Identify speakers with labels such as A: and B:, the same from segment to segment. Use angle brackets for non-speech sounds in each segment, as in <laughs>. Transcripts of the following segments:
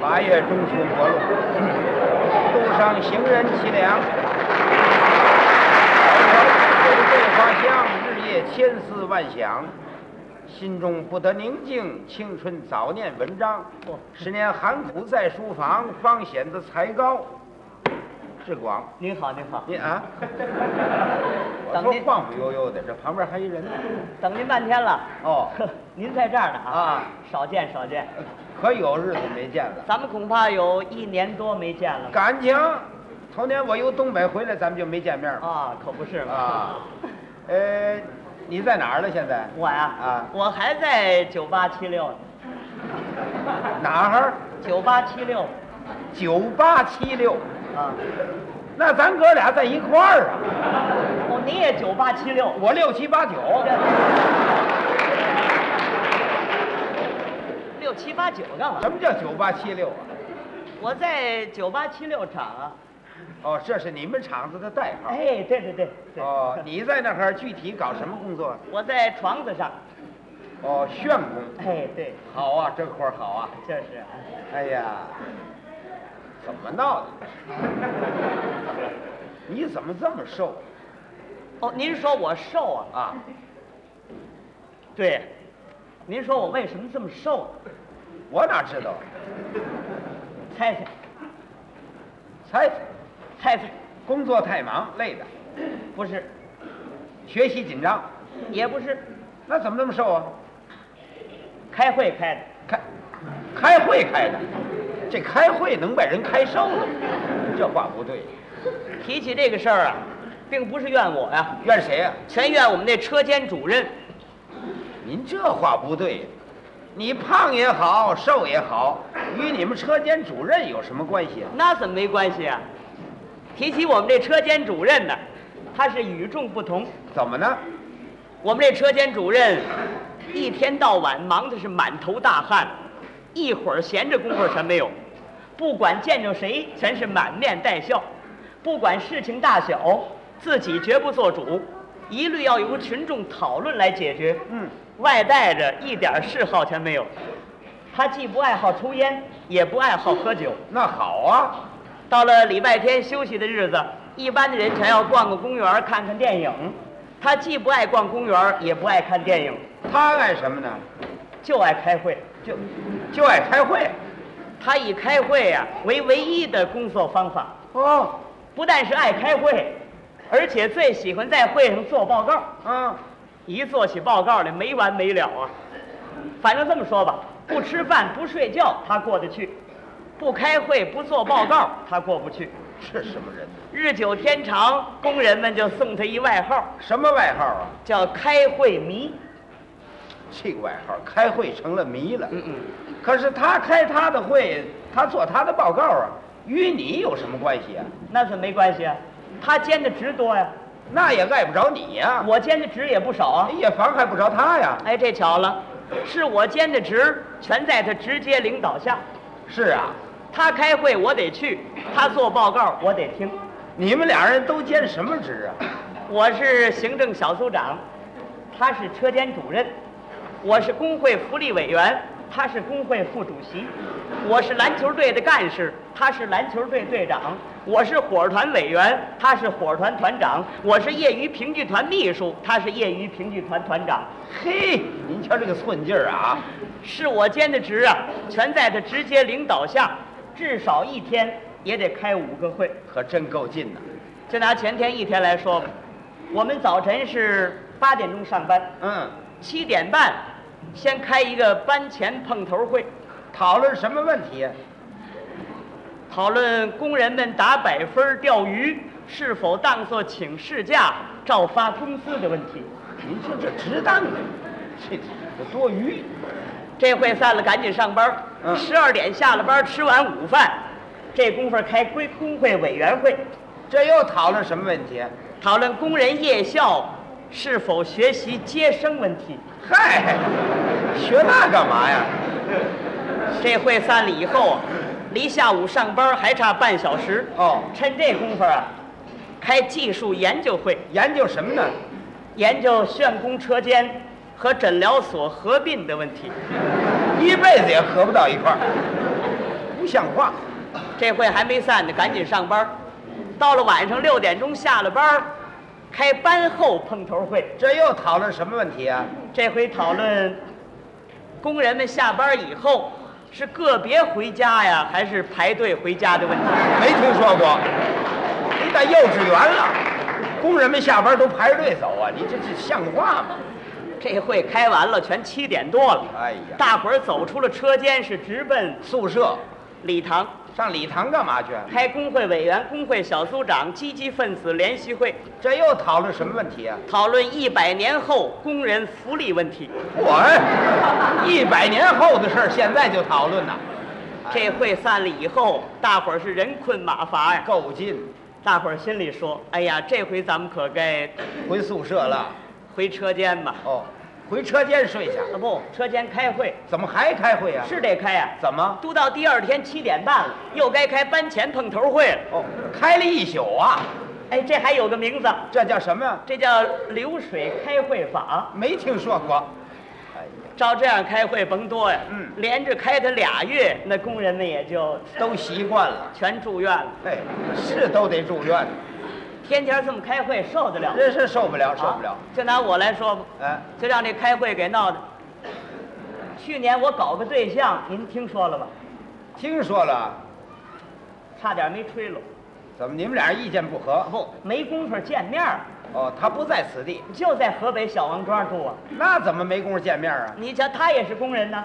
A: 八月中旬着陆，路上行人凄凉，背背花香，日夜千思万想，心中不得宁静。青春早念文章，十年寒苦在书房，方显得才高志广。
B: 您好，您好，
A: 您啊，我
B: 等
A: 说
B: 您
A: 晃晃悠悠的，这旁边还一人呢。
B: 等您半天了。 <laughs>
A: 哦，
B: 您在这儿呢啊？
A: 啊，
B: 少见少见，
A: 可有日子没见了。
B: 咱们恐怕有一年多没见了吧。
A: 感情，头年我由东北回来，咱们就没见面了
B: 啊，可不是嘛。
A: 啊。呃，你在哪儿了？现在
B: <laughs> 我呀，
A: 啊
B: 我还在九八七六呢，
A: 哪儿？
B: 九八七六，
A: 九八七六，
B: 啊，
A: 那咱哥俩在一块儿啊。
B: 哦，你也九八七六， <laughs>
A: 我六七八九，
B: 六七八九干嘛
A: 什？么叫九八七六啊？
B: 我在九八七六厂啊。
A: 哦，这是你们厂子的代号。
B: 哎，对对对对。
A: 啊哦，你在那儿具体搞什么工作？
B: 我在床子上。
A: 哦，炫工。
B: 哎，对，
A: 好啊，这活儿好啊。
B: 这是啊。
A: 哎呀，怎么闹的？ <laughs> 你怎么这么瘦
B: 哦，您说我瘦啊？
A: 啊？
B: 对。您说我为什么这么瘦？
A: 我哪知道？啊
B: 猜猜，
A: 猜猜，
B: 猜猜，
A: 工作太忙，累的，
B: 不是，
A: 学习紧张，
B: 也不是，
A: 那怎么那么瘦啊？
B: 开会开的。
A: 开，开会开的，这开会能把人开瘦了？这话不对，
B: 提起这个事儿啊，并不是怨我呀、
A: 怨谁啊呀、
B: 全怨我们那车间主任。
A: 您这话不对，你胖也好，瘦也好，与你们车间主任有什么关系啊？
B: 那怎么没关系啊？提起我们这车间主任呢，他是与众不同。
A: 怎么呢？
B: 我们这车间主任一天到晚忙的是满头大汗，一会儿闲着功夫全没有。不管见着谁，全是满面带笑；不管事情大小，自己绝不做主，一律要由群众讨论来解决。
A: 嗯，
B: 外带着一点嗜好全没有。他既不爱好抽烟，也不爱好喝酒。
A: 那好啊，
B: 到了礼拜天休息的日子，一般的人全要逛个公园、看看电影。
A: 嗯
B: 他既不爱逛公园，也不爱看电影，
A: 他爱什么呢？
B: 就爱开会。
A: 就就爱开会。
B: 他以开会呀、为唯一的工作方法，
A: 哦，
B: 不但是爱开会，而且最喜欢在会上做报告。
A: 啊，
B: 一做起报告来没完没了啊！反正这么说吧，不吃饭不睡觉他过得去，不开会不做报告他过不去。
A: 这什么人呢？
B: 日久天长，工人们就送他一外号，
A: 什么外号啊？
B: 叫开会迷。
A: 这个外号，开会成了迷了。
B: 嗯嗯，
A: 可是他开他的会，他做他的报告啊，与你有什么关系啊？
B: 那怎么没关系啊？他兼的职多呀、
A: 那也碍不着你呀、
B: 我兼的职也不少啊。
A: 也妨害不着他呀。
B: 哎，这巧了，是我兼的职，全在他直接领导下。
A: 是啊，
B: 他开会我得去，他做报告我得听。
A: 你们俩人都兼什么职啊？
B: 我是行政小组长，他是车间主任，我是工会福利委员，他是工会副主席，我是篮球队的干事，他是篮球队队长，我是火儿团委员，他是火儿团团长，我是业余评剧团秘书，他是业余评剧团团长，
A: 嘿，您瞧这个寸劲儿啊！
B: 是我兼的职啊，全在他直接领导下，至少一天也得开五个会。
A: 可真够劲呐、
B: 就拿前天一天来说吧，我们早晨是八点钟上班。
A: 嗯，
B: 七点半先开一个班前碰头会，
A: 讨论什么问题？
B: 讨论工人们打百分儿钓鱼是否当作请事假照发工资的问题。
A: 您说这值当的，这这多余。
B: 这会散了，赶紧上班
A: 嗯
B: 儿。十二点下了班儿，吃完午饭，这功夫儿开归工会委员会，
A: 这又讨论什么问题？
B: 讨论工人夜校是否学习接生问题。
A: 嗨， <laughs> 学那干嘛呀？
B: 这会散了以后啊，离下午上班儿还差半小时。
A: 哦
B: 趁这功夫儿啊，开技术研究会。
A: 研究什么呢？
B: 研究旋工车间和诊疗所合并的问题。
A: 一辈子也合不到一块儿。不像话。
B: 这会还没散呢，赶紧上班。到了晚上六点钟下了班，开班后碰头会。
A: 这又讨论什么问题啊？
B: 这回讨论工人们下班以后是个别回家呀，还是排队回家的问题。
A: 没听说过。你在幼稚园了，工人们下班都排着队走啊，你这这像话吗？
B: 这会开完了，全七点多了。
A: 哎呀
B: 大伙儿走出了车间，是直奔
A: 宿舍
B: 礼堂
A: 上礼堂干嘛去？啊
B: 开工会委员、工会小组长、积极分子联席会，
A: 这又讨论什么问题啊？
B: 讨论一百年后工人福利问题。
A: 我哎一百年后的事儿，现在就讨论呐，
B: 这会散了以后，大伙儿是人困马乏呀。
A: 够劲，
B: 大伙儿心里说：“哎呀，这回咱们可该
A: 回宿舍了。
B: 回车间吧。
A: 哦，回车间睡去。
B: 啊不，车间开会
A: 怎么还开会啊？
B: 是得开呀、
A: 怎么？
B: 都到第二天七点半了，又该开班前碰头会了。
A: 哦，开了一宿啊，
B: 哎，这还有个名字，
A: 这叫什么呀？
B: 这叫流水开会法。
A: 没听说过。哎呀，
B: 照这样开会甭多呀，
A: 嗯
B: 连着开他俩月，那工人们也就
A: 都习惯了。
B: 全住院了。
A: 哎，是都得住院，
B: 天天这么开会，受得了？
A: 真是受不了，受不了
B: 啊。就拿我来说吧，
A: 哎，
B: 就让这开会给闹的。去年我搞个对象，您听说了吧？
A: 听说了，
B: 差点没吹了，
A: 怎么你们俩意见不合？不，
B: 没工夫见面儿，
A: 哦，他不在此地，
B: 就在河北小王庄住啊。
A: 那怎么没工夫见面啊？
B: 你瞧，他也是工人呢，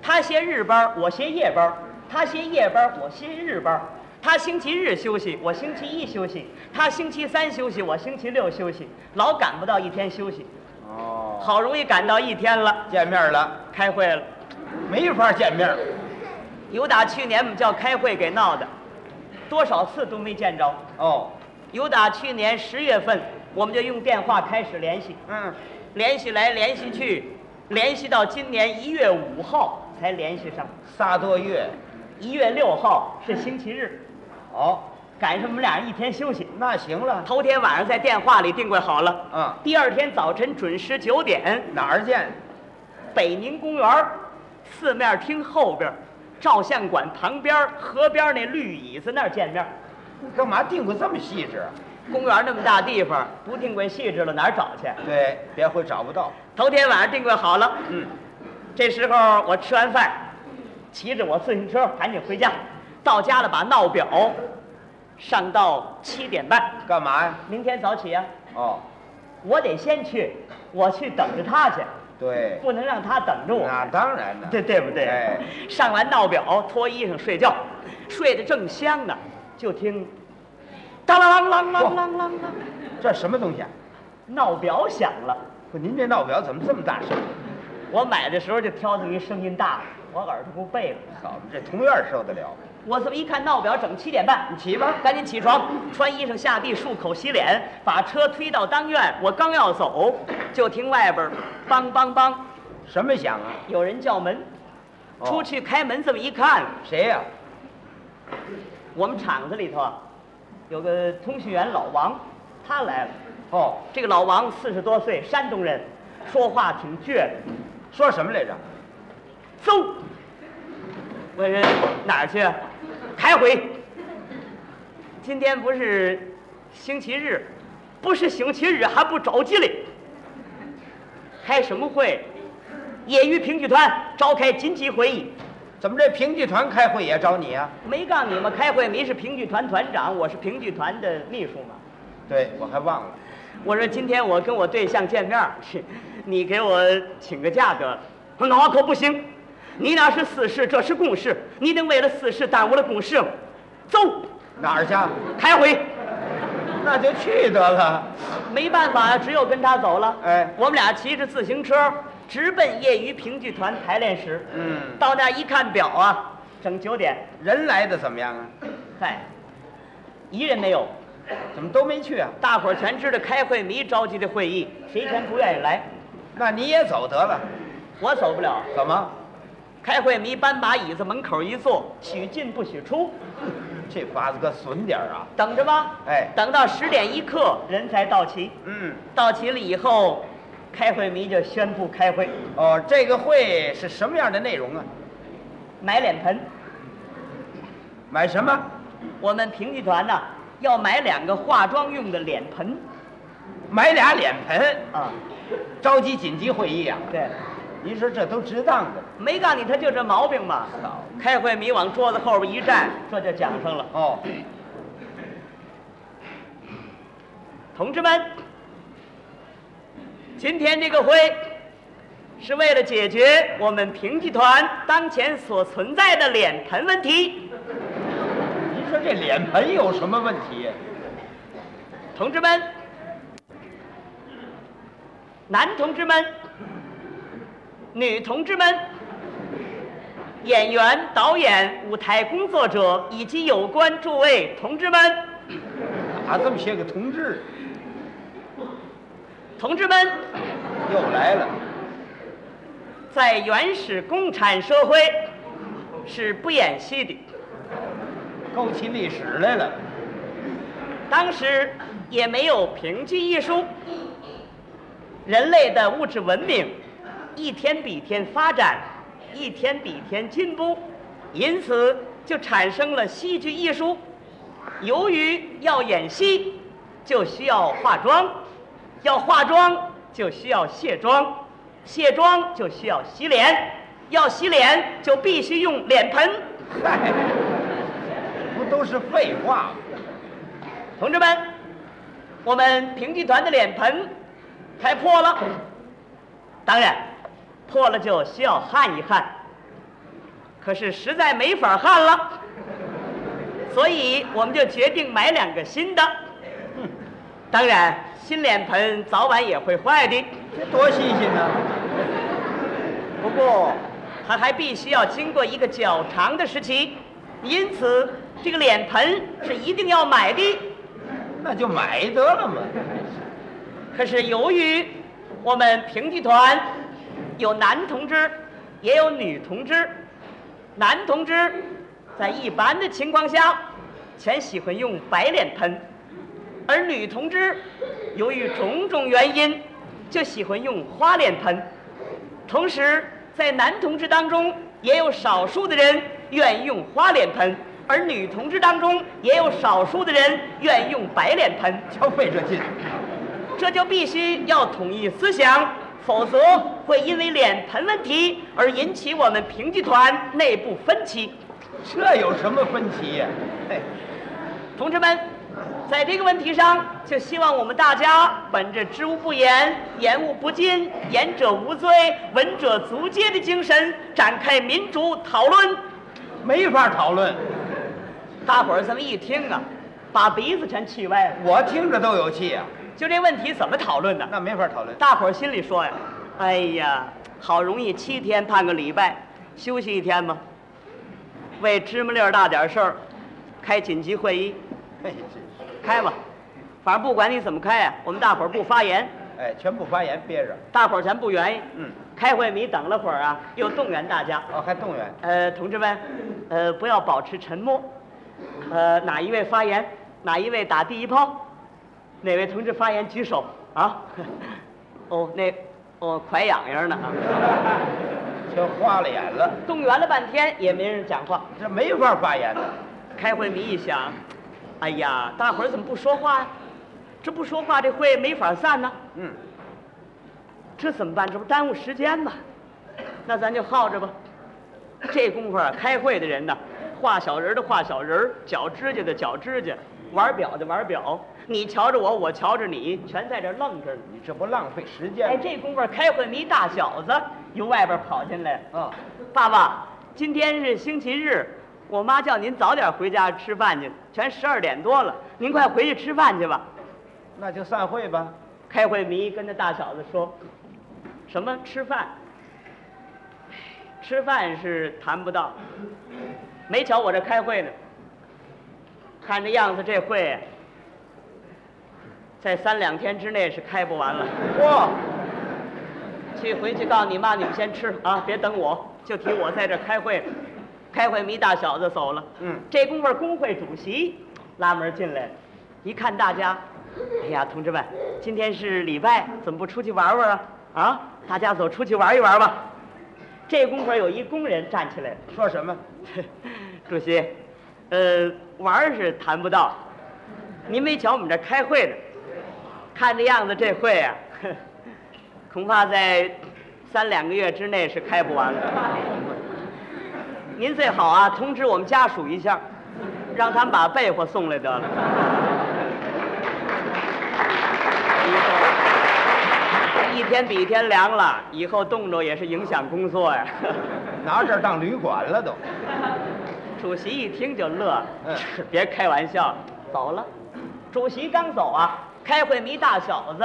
B: 他歇日班儿，我歇夜班儿；他歇夜班儿，我歇日班儿；他星期日休息，我星期一休息；他星期三休息，我星期六休息，老赶不到一天休息。
A: 哦，
B: 好容易赶到一天了，
A: 见面了，
B: 开会了。
A: 没法见面。
B: 有打去年我们叫开会给闹的，多少次都没见着。
A: 哦，
B: 有打去年十月份，我们就用电话开始联系，
A: 嗯，
B: 联系来联系去，联系到今年一月五号才联系上。
A: 仨多月。
B: 一月六号是星期日，
A: 哦，
B: 赶上我们俩人一天休息。
A: 那行了，
B: 头天晚上在电话里定位好了，
A: 嗯，
B: 第二天早晨准时九点，
A: 哪儿见？
B: 北宁公园儿四面厅后边儿，照相馆旁边儿河边儿那绿椅子那儿见面儿。
A: 干嘛定个这么细致啊？
B: 公园儿那么大地方，不定位细致了哪儿找去？
A: 对，别会找不到。
B: 头天晚上定位好了，
A: 嗯，
B: 这时候我吃完饭，骑着我自行车赶紧回家，到家了把闹表上到七点半，
A: 干嘛呀？
B: 明天早起呀、啊
A: 哦，
B: 我得先去，我去等着他去，
A: 对，
B: 不能让他等着我，
A: 那当然了。
B: 对对不对？
A: 哎
B: 上完闹表，脱衣裳睡觉，睡得正香呢，就听当啷啷啷啷啷啷啷，
A: 这什么东西啊？
B: 闹表响了。
A: 不，您这闹表怎么这么大声？
B: 我买的时候就挑这么一声音大的，我耳朵不背了。
A: 好，我们这同院受得了？
B: 我这么一看闹表，整七点半，
A: 你起吧。
B: 赶紧起床，穿衣裳下地，漱口洗脸，把车推到当院。我刚要走，就听外边儿梆梆梆
A: 什么响啊？
B: 有人叫门。
A: 哦
B: 出去开门这么一看，
A: 谁呀、
B: 我们厂子里头啊，有个通讯员老王，他来了。
A: 哦，
B: 这个老王四十多岁，山东人，说话挺倔的。
A: 说什么来着？
B: 走，我说哪儿去？开会。今天不是星期日，不是星期日还不着急嘞。开什么会？业余评剧团召开紧急会议。
A: 怎么这评剧团开会也找你啊？
B: 没告诉你们开会，你是评剧团团长，我是评剧团的秘书嘛。
A: 对，我还忘了。
B: 我说今天我跟我对象见面儿， <laughs> 你给我请个假得了。我说那可不行，你那是私事，这是公事，你得为了私事耽误了公事。走，
A: 哪儿去？啊 <laughs>
B: 开会。
A: 那就去得了。
B: 没办法呀，只有跟他走了。
A: 哎
B: 我们俩骑着自行车直奔业余评剧团排练室。
A: 嗯，
B: 到那儿一看表啊，整九点。
A: 人来的怎么样啊？
B: 嗨，一人没有，
A: 怎么都没去啊？
B: 大伙儿全知道开会迷召集的会议，谁全不愿意来。
A: 那你也走得了。
B: 我走不了。
A: 怎么？
B: 开会迷搬把椅子门口一坐，许进不许出，
A: 这法子可损点儿啊！
B: 等着吧。
A: 哎
B: 等到十点一刻人才到齐，
A: 嗯，
B: 到齐了以后，开会迷就宣布开会，
A: 哦，这个会是什么样的内容啊？
B: 买脸盆，
A: 买什么？
B: 我们评剧团呢要买两个化妆用的脸盆
A: 买俩脸盆，
B: 啊，
A: 召集紧急会议啊！
B: 对，
A: 您说这都值当的。
B: 没告诉你他就这毛病嘛。
A: 好
B: 开会你往桌子后边一站，这就讲上了。
A: 哦，
B: 同志们，今天这个会是为了解决我们评剧团当前所存在的脸盆问题。
A: 您说这脸盆有什么问题呀？
B: 同志们，男同志们，女同志们，演员、导演、舞台工作者以及有关诸位同志们。
A: 哪这么些个同志？
B: 同志们，
A: 又来了，
B: 在原始共产社会是不演戏的，
A: 勾起历史来了。
B: 当时也没有评剧艺术，人类的物质文明一天比一天发展，一天比一天进步，因此就产生了戏剧艺术。由于要演戏，就需要化妆，要化妆就需要卸妆，卸妆就需要洗脸，要洗脸就必须用脸盆。
A: 嗨，不都是废话吗？
B: 同志们，我们评剧团的脸盆开破了，当然破了就需要焊一焊，可是实在没法焊了，所以我们就决定买两个新的。当然，新脸盆早晚也会坏的，
A: 这多新鲜呢！
B: 不过它还必须要经过一个较长的时期，因此这个脸盆是一定要买的。
A: 那就买得了嘛。
B: 可是由于我们评剧团有男同志，也有女同志，男同志在一般的情况下，全喜欢用白脸喷，而女同志由于种种原因，就喜欢用花脸喷。同时，在男同志当中，也有少数的人愿意用花脸喷，而女同志当中也有少数的人愿意用白脸喷。
A: 就费这劲，
B: 这就必须要统一思想，否则会因为脸盆问题而引起我们评剧团内部分歧。
A: 这有什么分歧呀、嘿，
B: 同志们，在这个问题上，就希望我们大家本着知无不言、言无不尽、言者无罪、闻者足戒的精神，展开民主讨论。
A: 没法讨论，
B: 大伙儿这么一听啊，把鼻子全气歪了。
A: 我听着都有气呀、
B: 就这问题怎么讨论呢？
A: 那没法讨论。
B: 大伙儿心里说呀：“哎呀，好容易七天盼个礼拜，休息一天吧。为芝麻粒儿大点事儿，开紧急会议，
A: 嘿，这
B: 开吧。反正不管你怎么开呀、我们大伙儿不发言，
A: 哎，全部发言憋着。
B: 大伙儿全不愿意。
A: 嗯，
B: 开会你等了会儿啊，又动员大家。
A: 哦，还动员， <laughs>
B: 呃，同志们，呃，不要保持沉默。呃，哪一位发言，哪一位打第一炮，哪位同志发言举手啊？ <laughs> 哦，那哦，快痒痒呢啊。”
A: 全花了眼了，
B: 动员了半天也没人讲话。
A: 这没法发言呢。
B: 开会迷一想，哎呀，大伙儿怎么不说话呀、这不说话，这会没法散呢。
A: 嗯，
B: 这怎么办？这不耽误时间吗？那咱就耗着吧。这功夫啊，开会的人呢，画小人的画小人儿，绞指甲的绞指甲，玩表的玩表，你瞧着我，我瞧着你，全在这儿愣着呢。
A: 你这不浪费时间
B: 哎，
A: 吗？
B: 这功夫开会迷大小子由外边跑进来了。
A: 啊，
B: 爸爸，今天是星期日，我妈叫您早点回家吃饭去，全十二点多了，您快回去吃饭去吧。
A: 那就散会吧。
B: 开会迷跟那大小子说，什么吃饭？吃饭是谈不到，没瞧我这开会呢。看这样子，这会在三两天之内是开不完了。
A: 嚯，
B: 去回去告诉你妈，你们先吃啊，别等我，就提我在这儿开会。开会迷大小子走了，
A: 嗯
B: 这功夫儿工会主席拉门进来了，一看大家，哎呀，同志们，今天是礼拜，怎么不出去玩玩啊？啊，大家走出去玩一玩吧。这功夫儿有一工人站起来了，
A: 说什么？
B: <laughs> 主席，呃，玩儿是谈不到。您没瞧我们这儿开会呢？看这样子，这会啊， <laughs> 呵恐怕在三两个月之内是开不完了。您最好啊，通知我们家属一下，让他们把被窝送来得了。一天比一天凉了，以后冻着也是影响工作呀。
A: 拿这儿当旅馆了都。
B: 主席一听就乐了，
A: 嗯
B: <laughs> 别开玩笑了，走了。主席刚走啊，开会没大小子，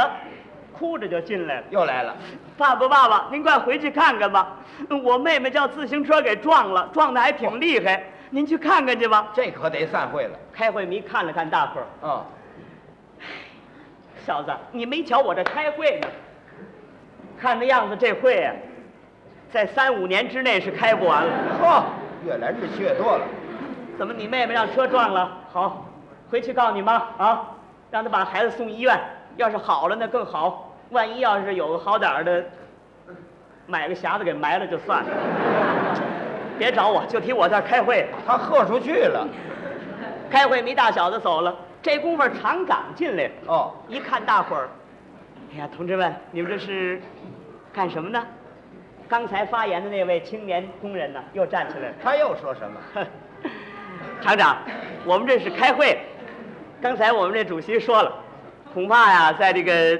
B: 哭着就进来了。
A: 又来了，
B: 爸爸，爸爸，您快回去看看吧，我妹妹叫自行车给撞了，撞的还挺厉害，您去看看去吧。
A: 这可得散会了。
B: 开会迷看了看大伙儿，
A: 啊、
B: 小子，你没瞧我这开会呢？看这样子，这会啊，在三五年之内是开不完了。
A: 嚯，越来日缺多了。
B: 怎么你妹妹让车撞了？好，回去告你妈啊，让她把孩子送医院。要是好了那更好，万一要是有个好点儿的，买个匣子给埋了就算了。别找我，就提我这儿开会。
A: 他喝出去了。
B: 开会没大小子走了，这功夫儿厂长进来了，
A: 哦，
B: 一看大伙儿，哎呀，同志们，你们这是干什么呢？刚才发言的那位青年工人呢，又站起来了。
A: 他又说什么？
B: <laughs> 厂长，我们这是开会。刚才我们这主席说了，恐怕呀，在这个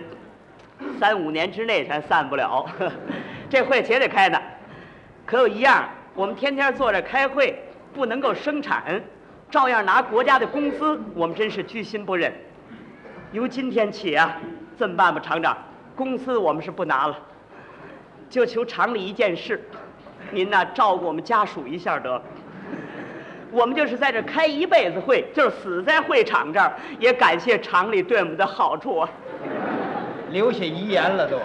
B: 三五年之内咱散不了。 <laughs> 这会且得开呢。可有一样，我们天天坐着开会，不能够生产，照样拿国家的工资，我们真是居心不忍。由今天起啊，这么办吧，厂长，工资我们是不拿了，就求厂里一件事，您呐、照顾我们家属一下得了。我们就是在这开一辈子会，就是死在会场这儿，也感谢厂里对我们的好处啊！
A: 留下遗言了都。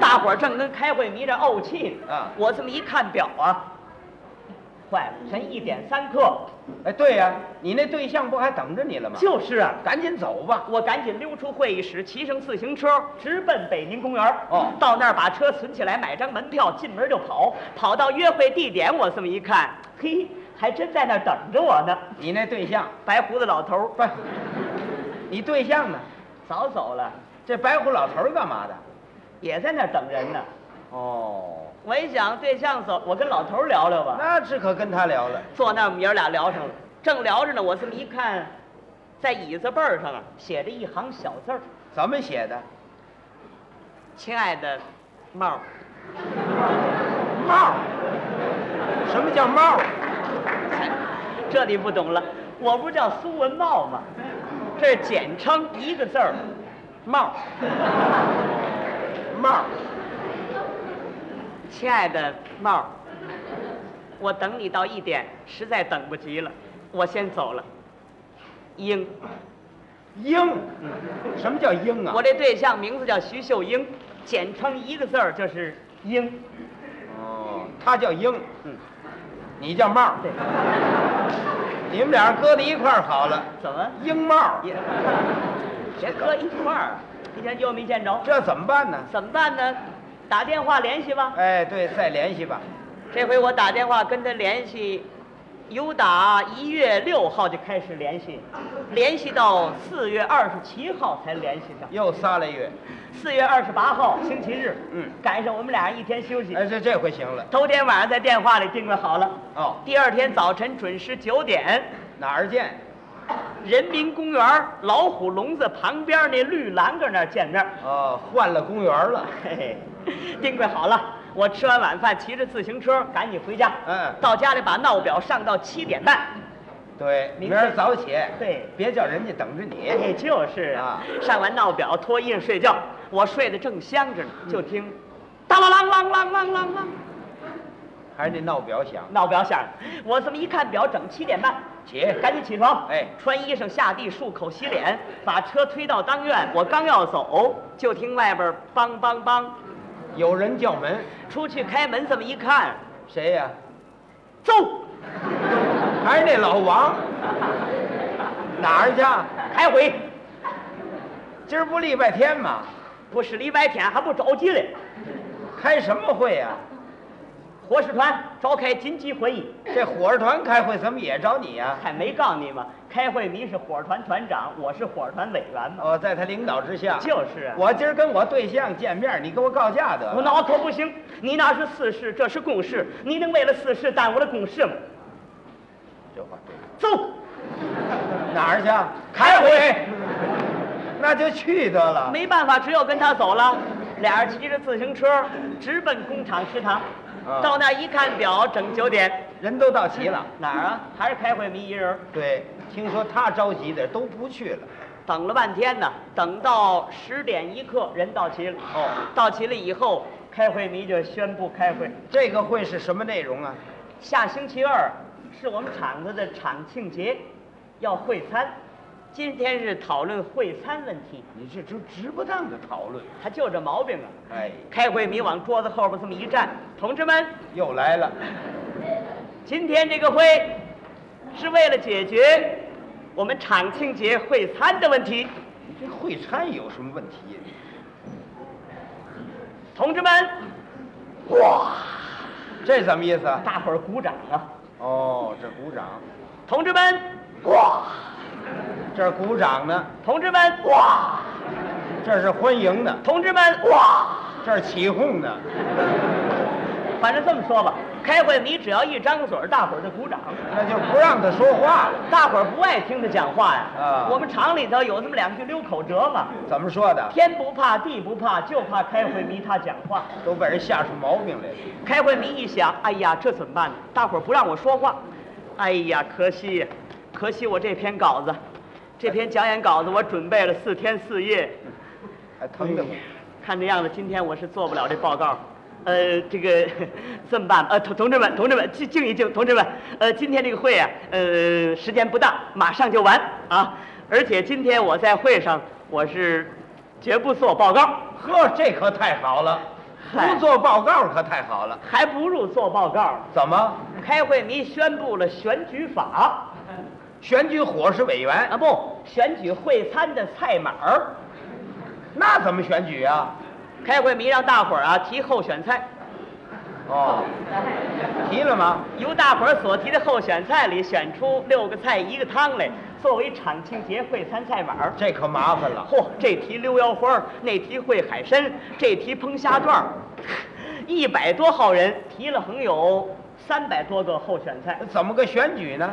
B: 大伙儿正跟开会迷着怄气呢，
A: 啊
B: 我这么一看表啊，坏了，晨一点三刻，
A: 哎，对呀、你那对象不还等着你了吗？
B: 就是啊，
A: 赶紧走吧。
B: 我赶紧溜出会议室，骑上自行车，直奔北宁公园儿。
A: 哦
B: 到那儿把车存起来，买张门票，进门就跑。跑到约会地点，我这么一看，嘿，还真在那儿等着我呢。
A: 你那对象
B: 白胡子老头儿
A: 不，你对象呢？
B: 早走了，
A: 这白胡老头儿干嘛的？
B: 也在那儿等人呢。
A: 哦，
B: 我一想，对象走，我跟老头儿聊聊吧。
A: 那这可跟他聊了。
B: 坐那儿，我们爷儿俩聊上了，正聊着呢，我这么一看，在椅子背儿上啊，写着一行小字儿
A: 怎么写的？：“
B: 亲爱的，帽儿，
A: 帽儿。什么叫帽儿？
B: 这你不懂了，我不是叫苏文茂吗？这是简称，一个字儿，
A: 帽儿。帽儿。
B: 亲爱的帽儿，我等你到一点，实在等不及了，我先走了。英，
A: 鹰。什么叫鹰啊？
B: 我这对象名字叫徐秀英，简称一个字儿就是英。”
A: 哦，他叫鹰，嗯，你叫帽儿， <laughs> 你们俩搁在一块儿好了，
B: 怎么？
A: 鹰帽儿，
B: 也别搁一块儿，今天又没见着，
A: 这怎么办呢？
B: 怎么办呢？打电话联系吧。
A: 哎，对，再联系吧。
B: 这回我打电话跟他联系，由打一月六号就开始联系，联系到四月二十七号才联系上。
A: 又仨来月，
B: 四月二十八号星期日，
A: 嗯
B: 赶上我们俩人一天休息。
A: 哎，这这回行了。
B: 头天晚上在电话里定位好了，
A: 哦，
B: 第二天早晨准时九点，
A: 哪儿见？
B: 人民公园老虎笼子旁边那绿栏杆那儿见面。
A: 哦，换了公园了。
B: 嘿嘿，定位好了，我吃完晚饭，骑着自行车赶紧回家。
A: 嗯
B: 到家里把闹表上到七点半。
A: 对，
B: 明
A: 明儿
B: 天
A: 早起，
B: 对
A: 别叫人家等着你。
B: 哎，就是啊
A: 啊，
B: 上完闹表，脱衣裳睡觉。我睡得正香着呢，
A: 嗯
B: 就听，当啷啷啷啷啷啷啷，
A: 还是那闹表响，
B: 闹表响了。我这么一看表，整七点半。
A: 起
B: 赶紧起床！
A: 哎
B: 穿衣裳下地，漱口洗脸，把车推到当院。我刚要走，就听外边儿梆梆梆，
A: 有人叫门，
B: 出去开门，这么一看，
A: 谁呀？
B: 走，
A: 还是那老王。哪儿去？
B: 开回。
A: 今儿不礼拜天吗？
B: 不是礼拜天还不着急嘞，
A: 开什么会呀、
B: 伙食团召开紧急会议，
A: 这伙食团开会怎么也找你呀、
B: 还没告诉你吗？开会你是伙团团长，我是伙团委员嘛。
A: 哦，在他领导之下，
B: 就是啊
A: 我今儿跟我对象见面，你给我告假得
B: 我
A: 了。
B: 挠头不行，你那是私事，这是公事，你能为了私事耽误了公事吗？
A: 这话对
B: 走，
A: 哪儿去啊？开
B: <laughs>
A: 会，那就去得了。
B: 没办法，只有跟他走了。俩人骑着自行车直奔工厂食堂，
A: 啊
B: 到那一看表，整九点。
A: 人都到齐了。
B: 哪儿啊？还是开会迷一人儿。
A: 对，听说他着急的都不去了。
B: 等了半天呢，等到十点一刻，人到齐了。
A: 哦，
B: 到齐了以后，开会迷就宣布开会。
A: 这个会是什么内容啊？
B: 下星期二是我们厂子的厂庆节，要会餐。今天是讨论会餐问题，
A: 你这就值不当的讨论。
B: 他就这毛病啊。
A: 哎，
B: 开会迷往桌子后边这么一站，同志们，
A: 又来了。
B: 今天这个会是为了解决我们厂庆节会餐的问题。
A: 你这会餐有什么问题呀、
B: 同志们，
A: 这什么意思啊？
B: 大伙儿鼓掌啊！
A: 哦，这鼓掌，
B: 同志们，
A: 这儿鼓掌呢，
B: 同志们，哇！
A: 这是欢迎呢，
B: 同志们，哇！
A: 这是起哄呢。
B: 反正这么说吧，开会你只要一张嘴儿，大伙儿就鼓掌。
A: 那就不让他说话了。
B: 大伙儿不爱听他讲话呀。
A: 啊
B: 我们厂里头有这么两句溜口辙嘛，
A: 怎么说的？
B: 天不怕地不怕，就怕开会迷他讲话。
A: 都被人吓出毛病来了。
B: 开会迷一想，哎呀，这怎么办呢？大伙儿不让我说话，哎呀，可惜呀，可惜我这篇稿子，这篇讲演稿子我准备了四天四夜，
A: 还哎疼
B: 哎
A: 得慌
B: 看这样子，今天我是做不了这报告。呃，这个这么办吧，呃，同同志们，同志们，静静一静，同志们，呃，今天这个会啊，呃，时间不大，马上就完啊。而且今天我在会上，我是绝不做报告，
A: 呵，这可太好了，
B: 嗨
A: 不做报告可太好了。
B: 还不如做报告。
A: 怎么？
B: 开会迷宣布了选举法
A: 选举伙食委员
B: 啊，，不，选举会餐的菜码儿。
A: 那怎么选举啊？
B: 开会迷让大伙儿啊提候选菜，
A: 哦，提了吗？
B: 由大伙儿所提的候选菜里选出六个菜一个汤来，作为厂庆节会餐菜码儿。
A: 这可麻烦了。
B: 嚯、这题溜腰花儿，那题烩海参，这题烹虾段儿，一百多号人提了横有三百多个候选菜，
A: 怎么个选举呢？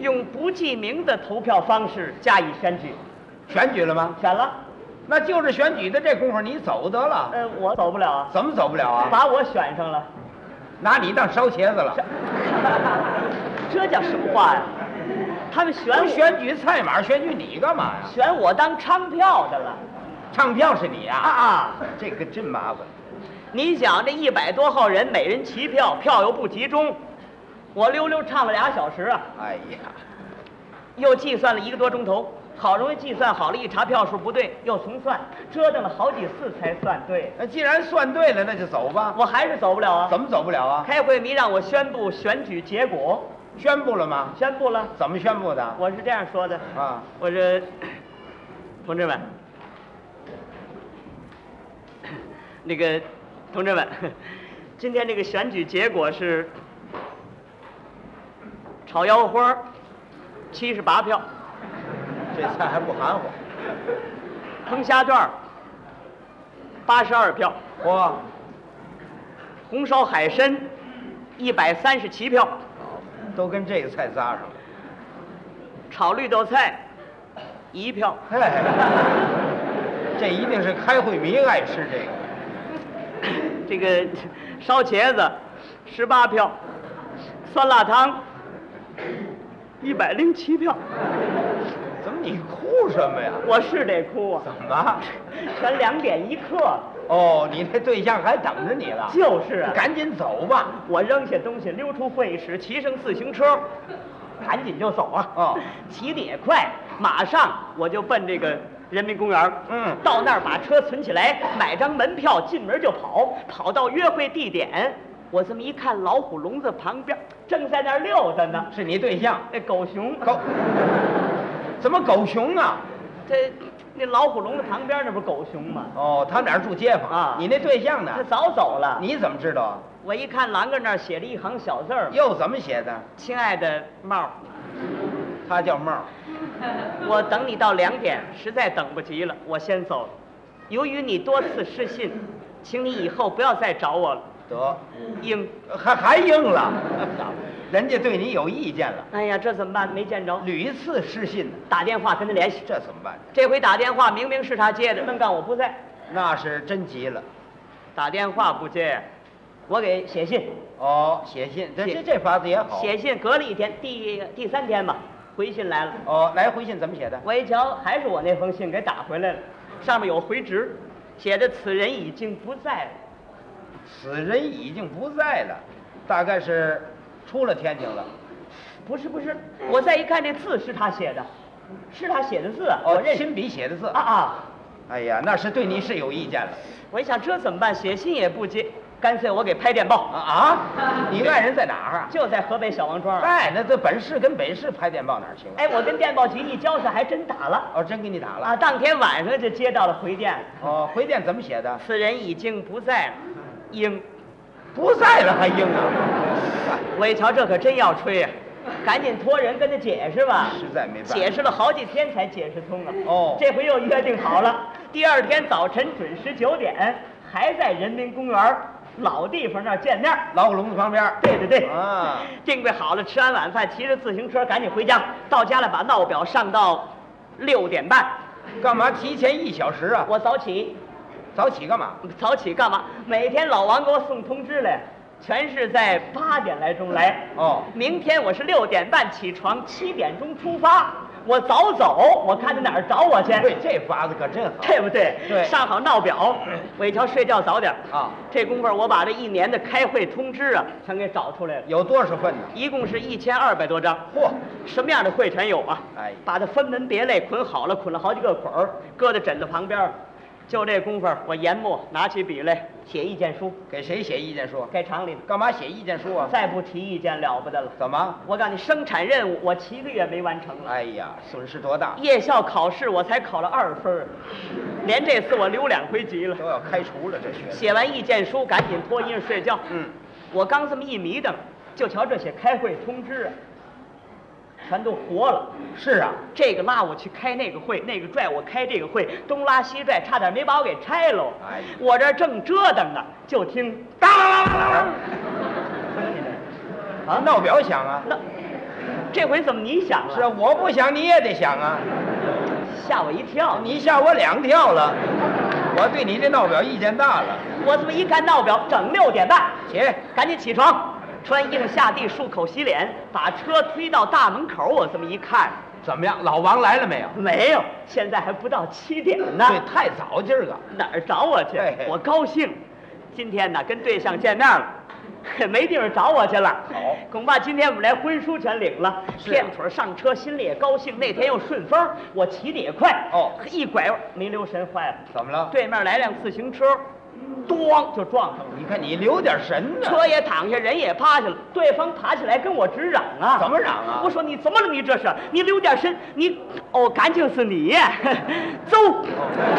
B: 用不记名的投票方式加以选举，
A: 选举了吗？
B: 选了。
A: 那就是选举的这功夫，你走得了，
B: 呃，我走不了啊，
A: 怎么走不了啊？
B: 把我选上了， <laughs>
A: 拿你当烧茄子了。
B: 这叫什么话呀、他们选
A: 不
B: 我
A: 是选举菜码，选举你干嘛呀？
B: 选我当唱票的了
A: 唱票是你
B: 啊
A: 啊？
B: 啊！
A: 这个真麻烦。
B: 你想这一百多号人，每人齐票，票又不集中，我溜溜唱了俩小时啊，
A: 哎呀，
B: 又计算了一个多钟头，好容易计算好了，一查票数不对，又重算，折腾了好几次才算对。
A: 那既然算对了，那就走吧。
B: 我还是走不了啊！
A: 怎么走不了啊？
B: 开会迷让我宣布选举结果，
A: 宣布了吗？
B: 宣布了，
A: 怎么宣布的？
B: 我是这样说的
A: 啊，
B: 我这，同志们，那个同志们，今天这个选举结果是炒腰花七十八票，
A: 这菜还不含糊。
B: 烹虾段八十二票，
A: 嚯，
B: 红烧海参一百三十七票，
A: 都跟这个菜搭上了。
B: 炒绿豆菜一票，
A: 嘿， <laughs> 这一定是开会迷爱吃这个。
B: 这个烧茄子十八票，酸辣汤一百零七票，
A: 怎么你哭什么呀？
B: 我是得哭啊！
A: 怎么？
B: 全两点一刻了，
A: 哦，你那对象还等着你了。
B: 就是啊！
A: 赶紧走吧。
B: 我扔下东西，溜出会议室，骑上自行车，赶紧就走啊！
A: 哦
B: 骑得也快，马上我就奔这个人民公园儿
A: 嗯
B: 到那儿把车存起来，买张门票，进门就跑，跑到约会地点。我这么一看，老虎笼子旁边正在那儿溜达呢，
A: 是你对象
B: 那狗熊
A: 狗？怎么狗熊啊？
B: 这那老虎笼子旁边那不是狗熊吗？
A: 哦，他们俩是住街坊
B: 啊
A: 你那对象呢
B: 他？早走了。
A: 你怎么知道？
B: 我一看栏杆那儿写了一行小字儿
A: 又怎么写的？：“
B: 亲爱的帽儿，
A: 他叫帽儿，
B: 我等你到两点，实在等不及了，我先走了。由于你多次失信，请你以后不要再找我了。
A: 得，
B: 应。
A: 还还应了，人家对你有意见了，
B: 哎呀，这怎么办？没见着，
A: 屡次失信呢，
B: 打电话跟他联系。
A: 这怎么办？
B: 这回打电话明明是他接的，愣告我不在，
A: 那是真急了。
B: 打电话不接，我给写信，
A: 哦，写信，这这
B: 写
A: 这法子也好。
B: 写信隔了一天，第第三天吧，回信来了。
A: 哦，来回信怎么写的？
B: 我一瞧，还是我那封信给打回来了，上面有回执，写的此人已经不在了。
A: 此人已经不在了，大概是出了天津了。
B: 不是不是，
A: 哎
B: 我再一看这字是他写的，是他写的字啊，
A: 哦
B: 我，认识。
A: 亲笔写的字
B: 啊啊！
A: 哎呀，那是对你是有意见了
B: 我一想这怎么办？写信也不接，干脆我给拍电报，
A: 啊啊！你爱人在哪儿啊？
B: 就在河北小王庄啊。
A: 哎，那这本市跟北市拍电报哪儿行啊？
B: 哎，我跟电报局一交涉，还真打了
A: 哦，真给你打了。
B: 啊！当天晚上就接到了回电，
A: 哦，回电怎么写的？
B: 此人已经不在了，
A: 嗯
B: 应。
A: 不在了还硬啊？
B: 我一瞧这可真要
A: <laughs>
B: 吹呀、啊赶紧托人跟他解释吧。
A: 实在没办法
B: 解释了好几天才解释通啊。
A: 哦
B: 这回又约定好了，第二天早晨准时九点，还在人民公园老地方那儿见面。
A: 老虎笼子旁边。
B: 对对对，
A: 啊，
B: <laughs> 定位好了，吃完晚饭，骑着自行车赶紧回家。到家了，把闹表上到六点半。
A: 干嘛提前一小时啊？
B: 我早起，
A: 早起干嘛？
B: 早起干嘛？每天老王给我送通知来，全是在八点来钟来。
A: 哦，
B: 明天我是六点半起床，七点钟出发。我早走，我看他哪儿找我去，
A: 对，这法子可真好。
B: 对不对？
A: 对
B: 上好闹表。我一瞧睡觉早点儿
A: 啊
B: 这功夫儿我把这一年的开会通知啊全给找出来了，
A: 有多少份呢？
B: 一共是一千二百多张。
A: 嚯，
B: 什么样的会全有啊？
A: 哎
B: 把它分门别类捆好了，捆了好几个捆儿，搁在枕头旁边儿。就这功夫儿，我研墨拿起笔来写意见书，
A: 给谁写意见书？啊
B: 该厂里的，
A: 干嘛写意见书啊？
B: 再不提意见了不得了。
A: 怎么？
B: 我告诉你，生产任务我七个月没完成了。
A: 哎呀，损失多大，
B: 夜校考试我才考了二分儿，连这次我留两回级了
A: 都。要开除了这学生。
B: 写完意见书，赶紧脱衣裳睡觉。
A: 嗯，
B: 我刚这么一迷瞪，就瞧这些开会通知啊，全都活了。
A: 是啊，
B: 这个拉我去开那个会，那个拽我开这个会，东拉西拽，差点没把我给拆喽。
A: 哎呀
B: 我这正折腾呢，就听当啷啷啷啷啷，听见没？
A: 啊，
B: 啊，
A: 闹表响啊。
B: 那这回怎么你想了？
A: 是啊，我不想你也得想啊，
B: 吓我一跳。
A: 你吓我两跳了，我对你这闹表意见大了。
B: 我这么一看闹表，整六点半，
A: 起，
B: 赶紧起床，穿衣裳下地，漱口洗脸，把车推到大门口。我这么一看，
A: 怎么样？老王来了没有？
B: 没有，现在还不到七点呢，
A: 对，太早今儿个。
B: 哪儿找我去
A: 嘿嘿？
B: 我高兴，今天呢跟对象见面了。没地方找我去了，
A: 好
B: 恐怕今天我们连婚书全领了，
A: 是啊
B: 片腿上车，心里也高兴。那天又顺风，我骑的也快，
A: 哦
B: 一拐弯没留神坏了，
A: 怎么了？
B: 对面来辆自行车，咣就撞上了。
A: 你看你留点神呢。
B: 车也躺下，人也趴下了，对方爬起来跟我直嚷啊！
A: 怎么嚷啊
B: 我说你
A: <laughs>
B: 怎么了？你这是？你留点神，你哦，干净是你，走！ <laughs>
A: 哦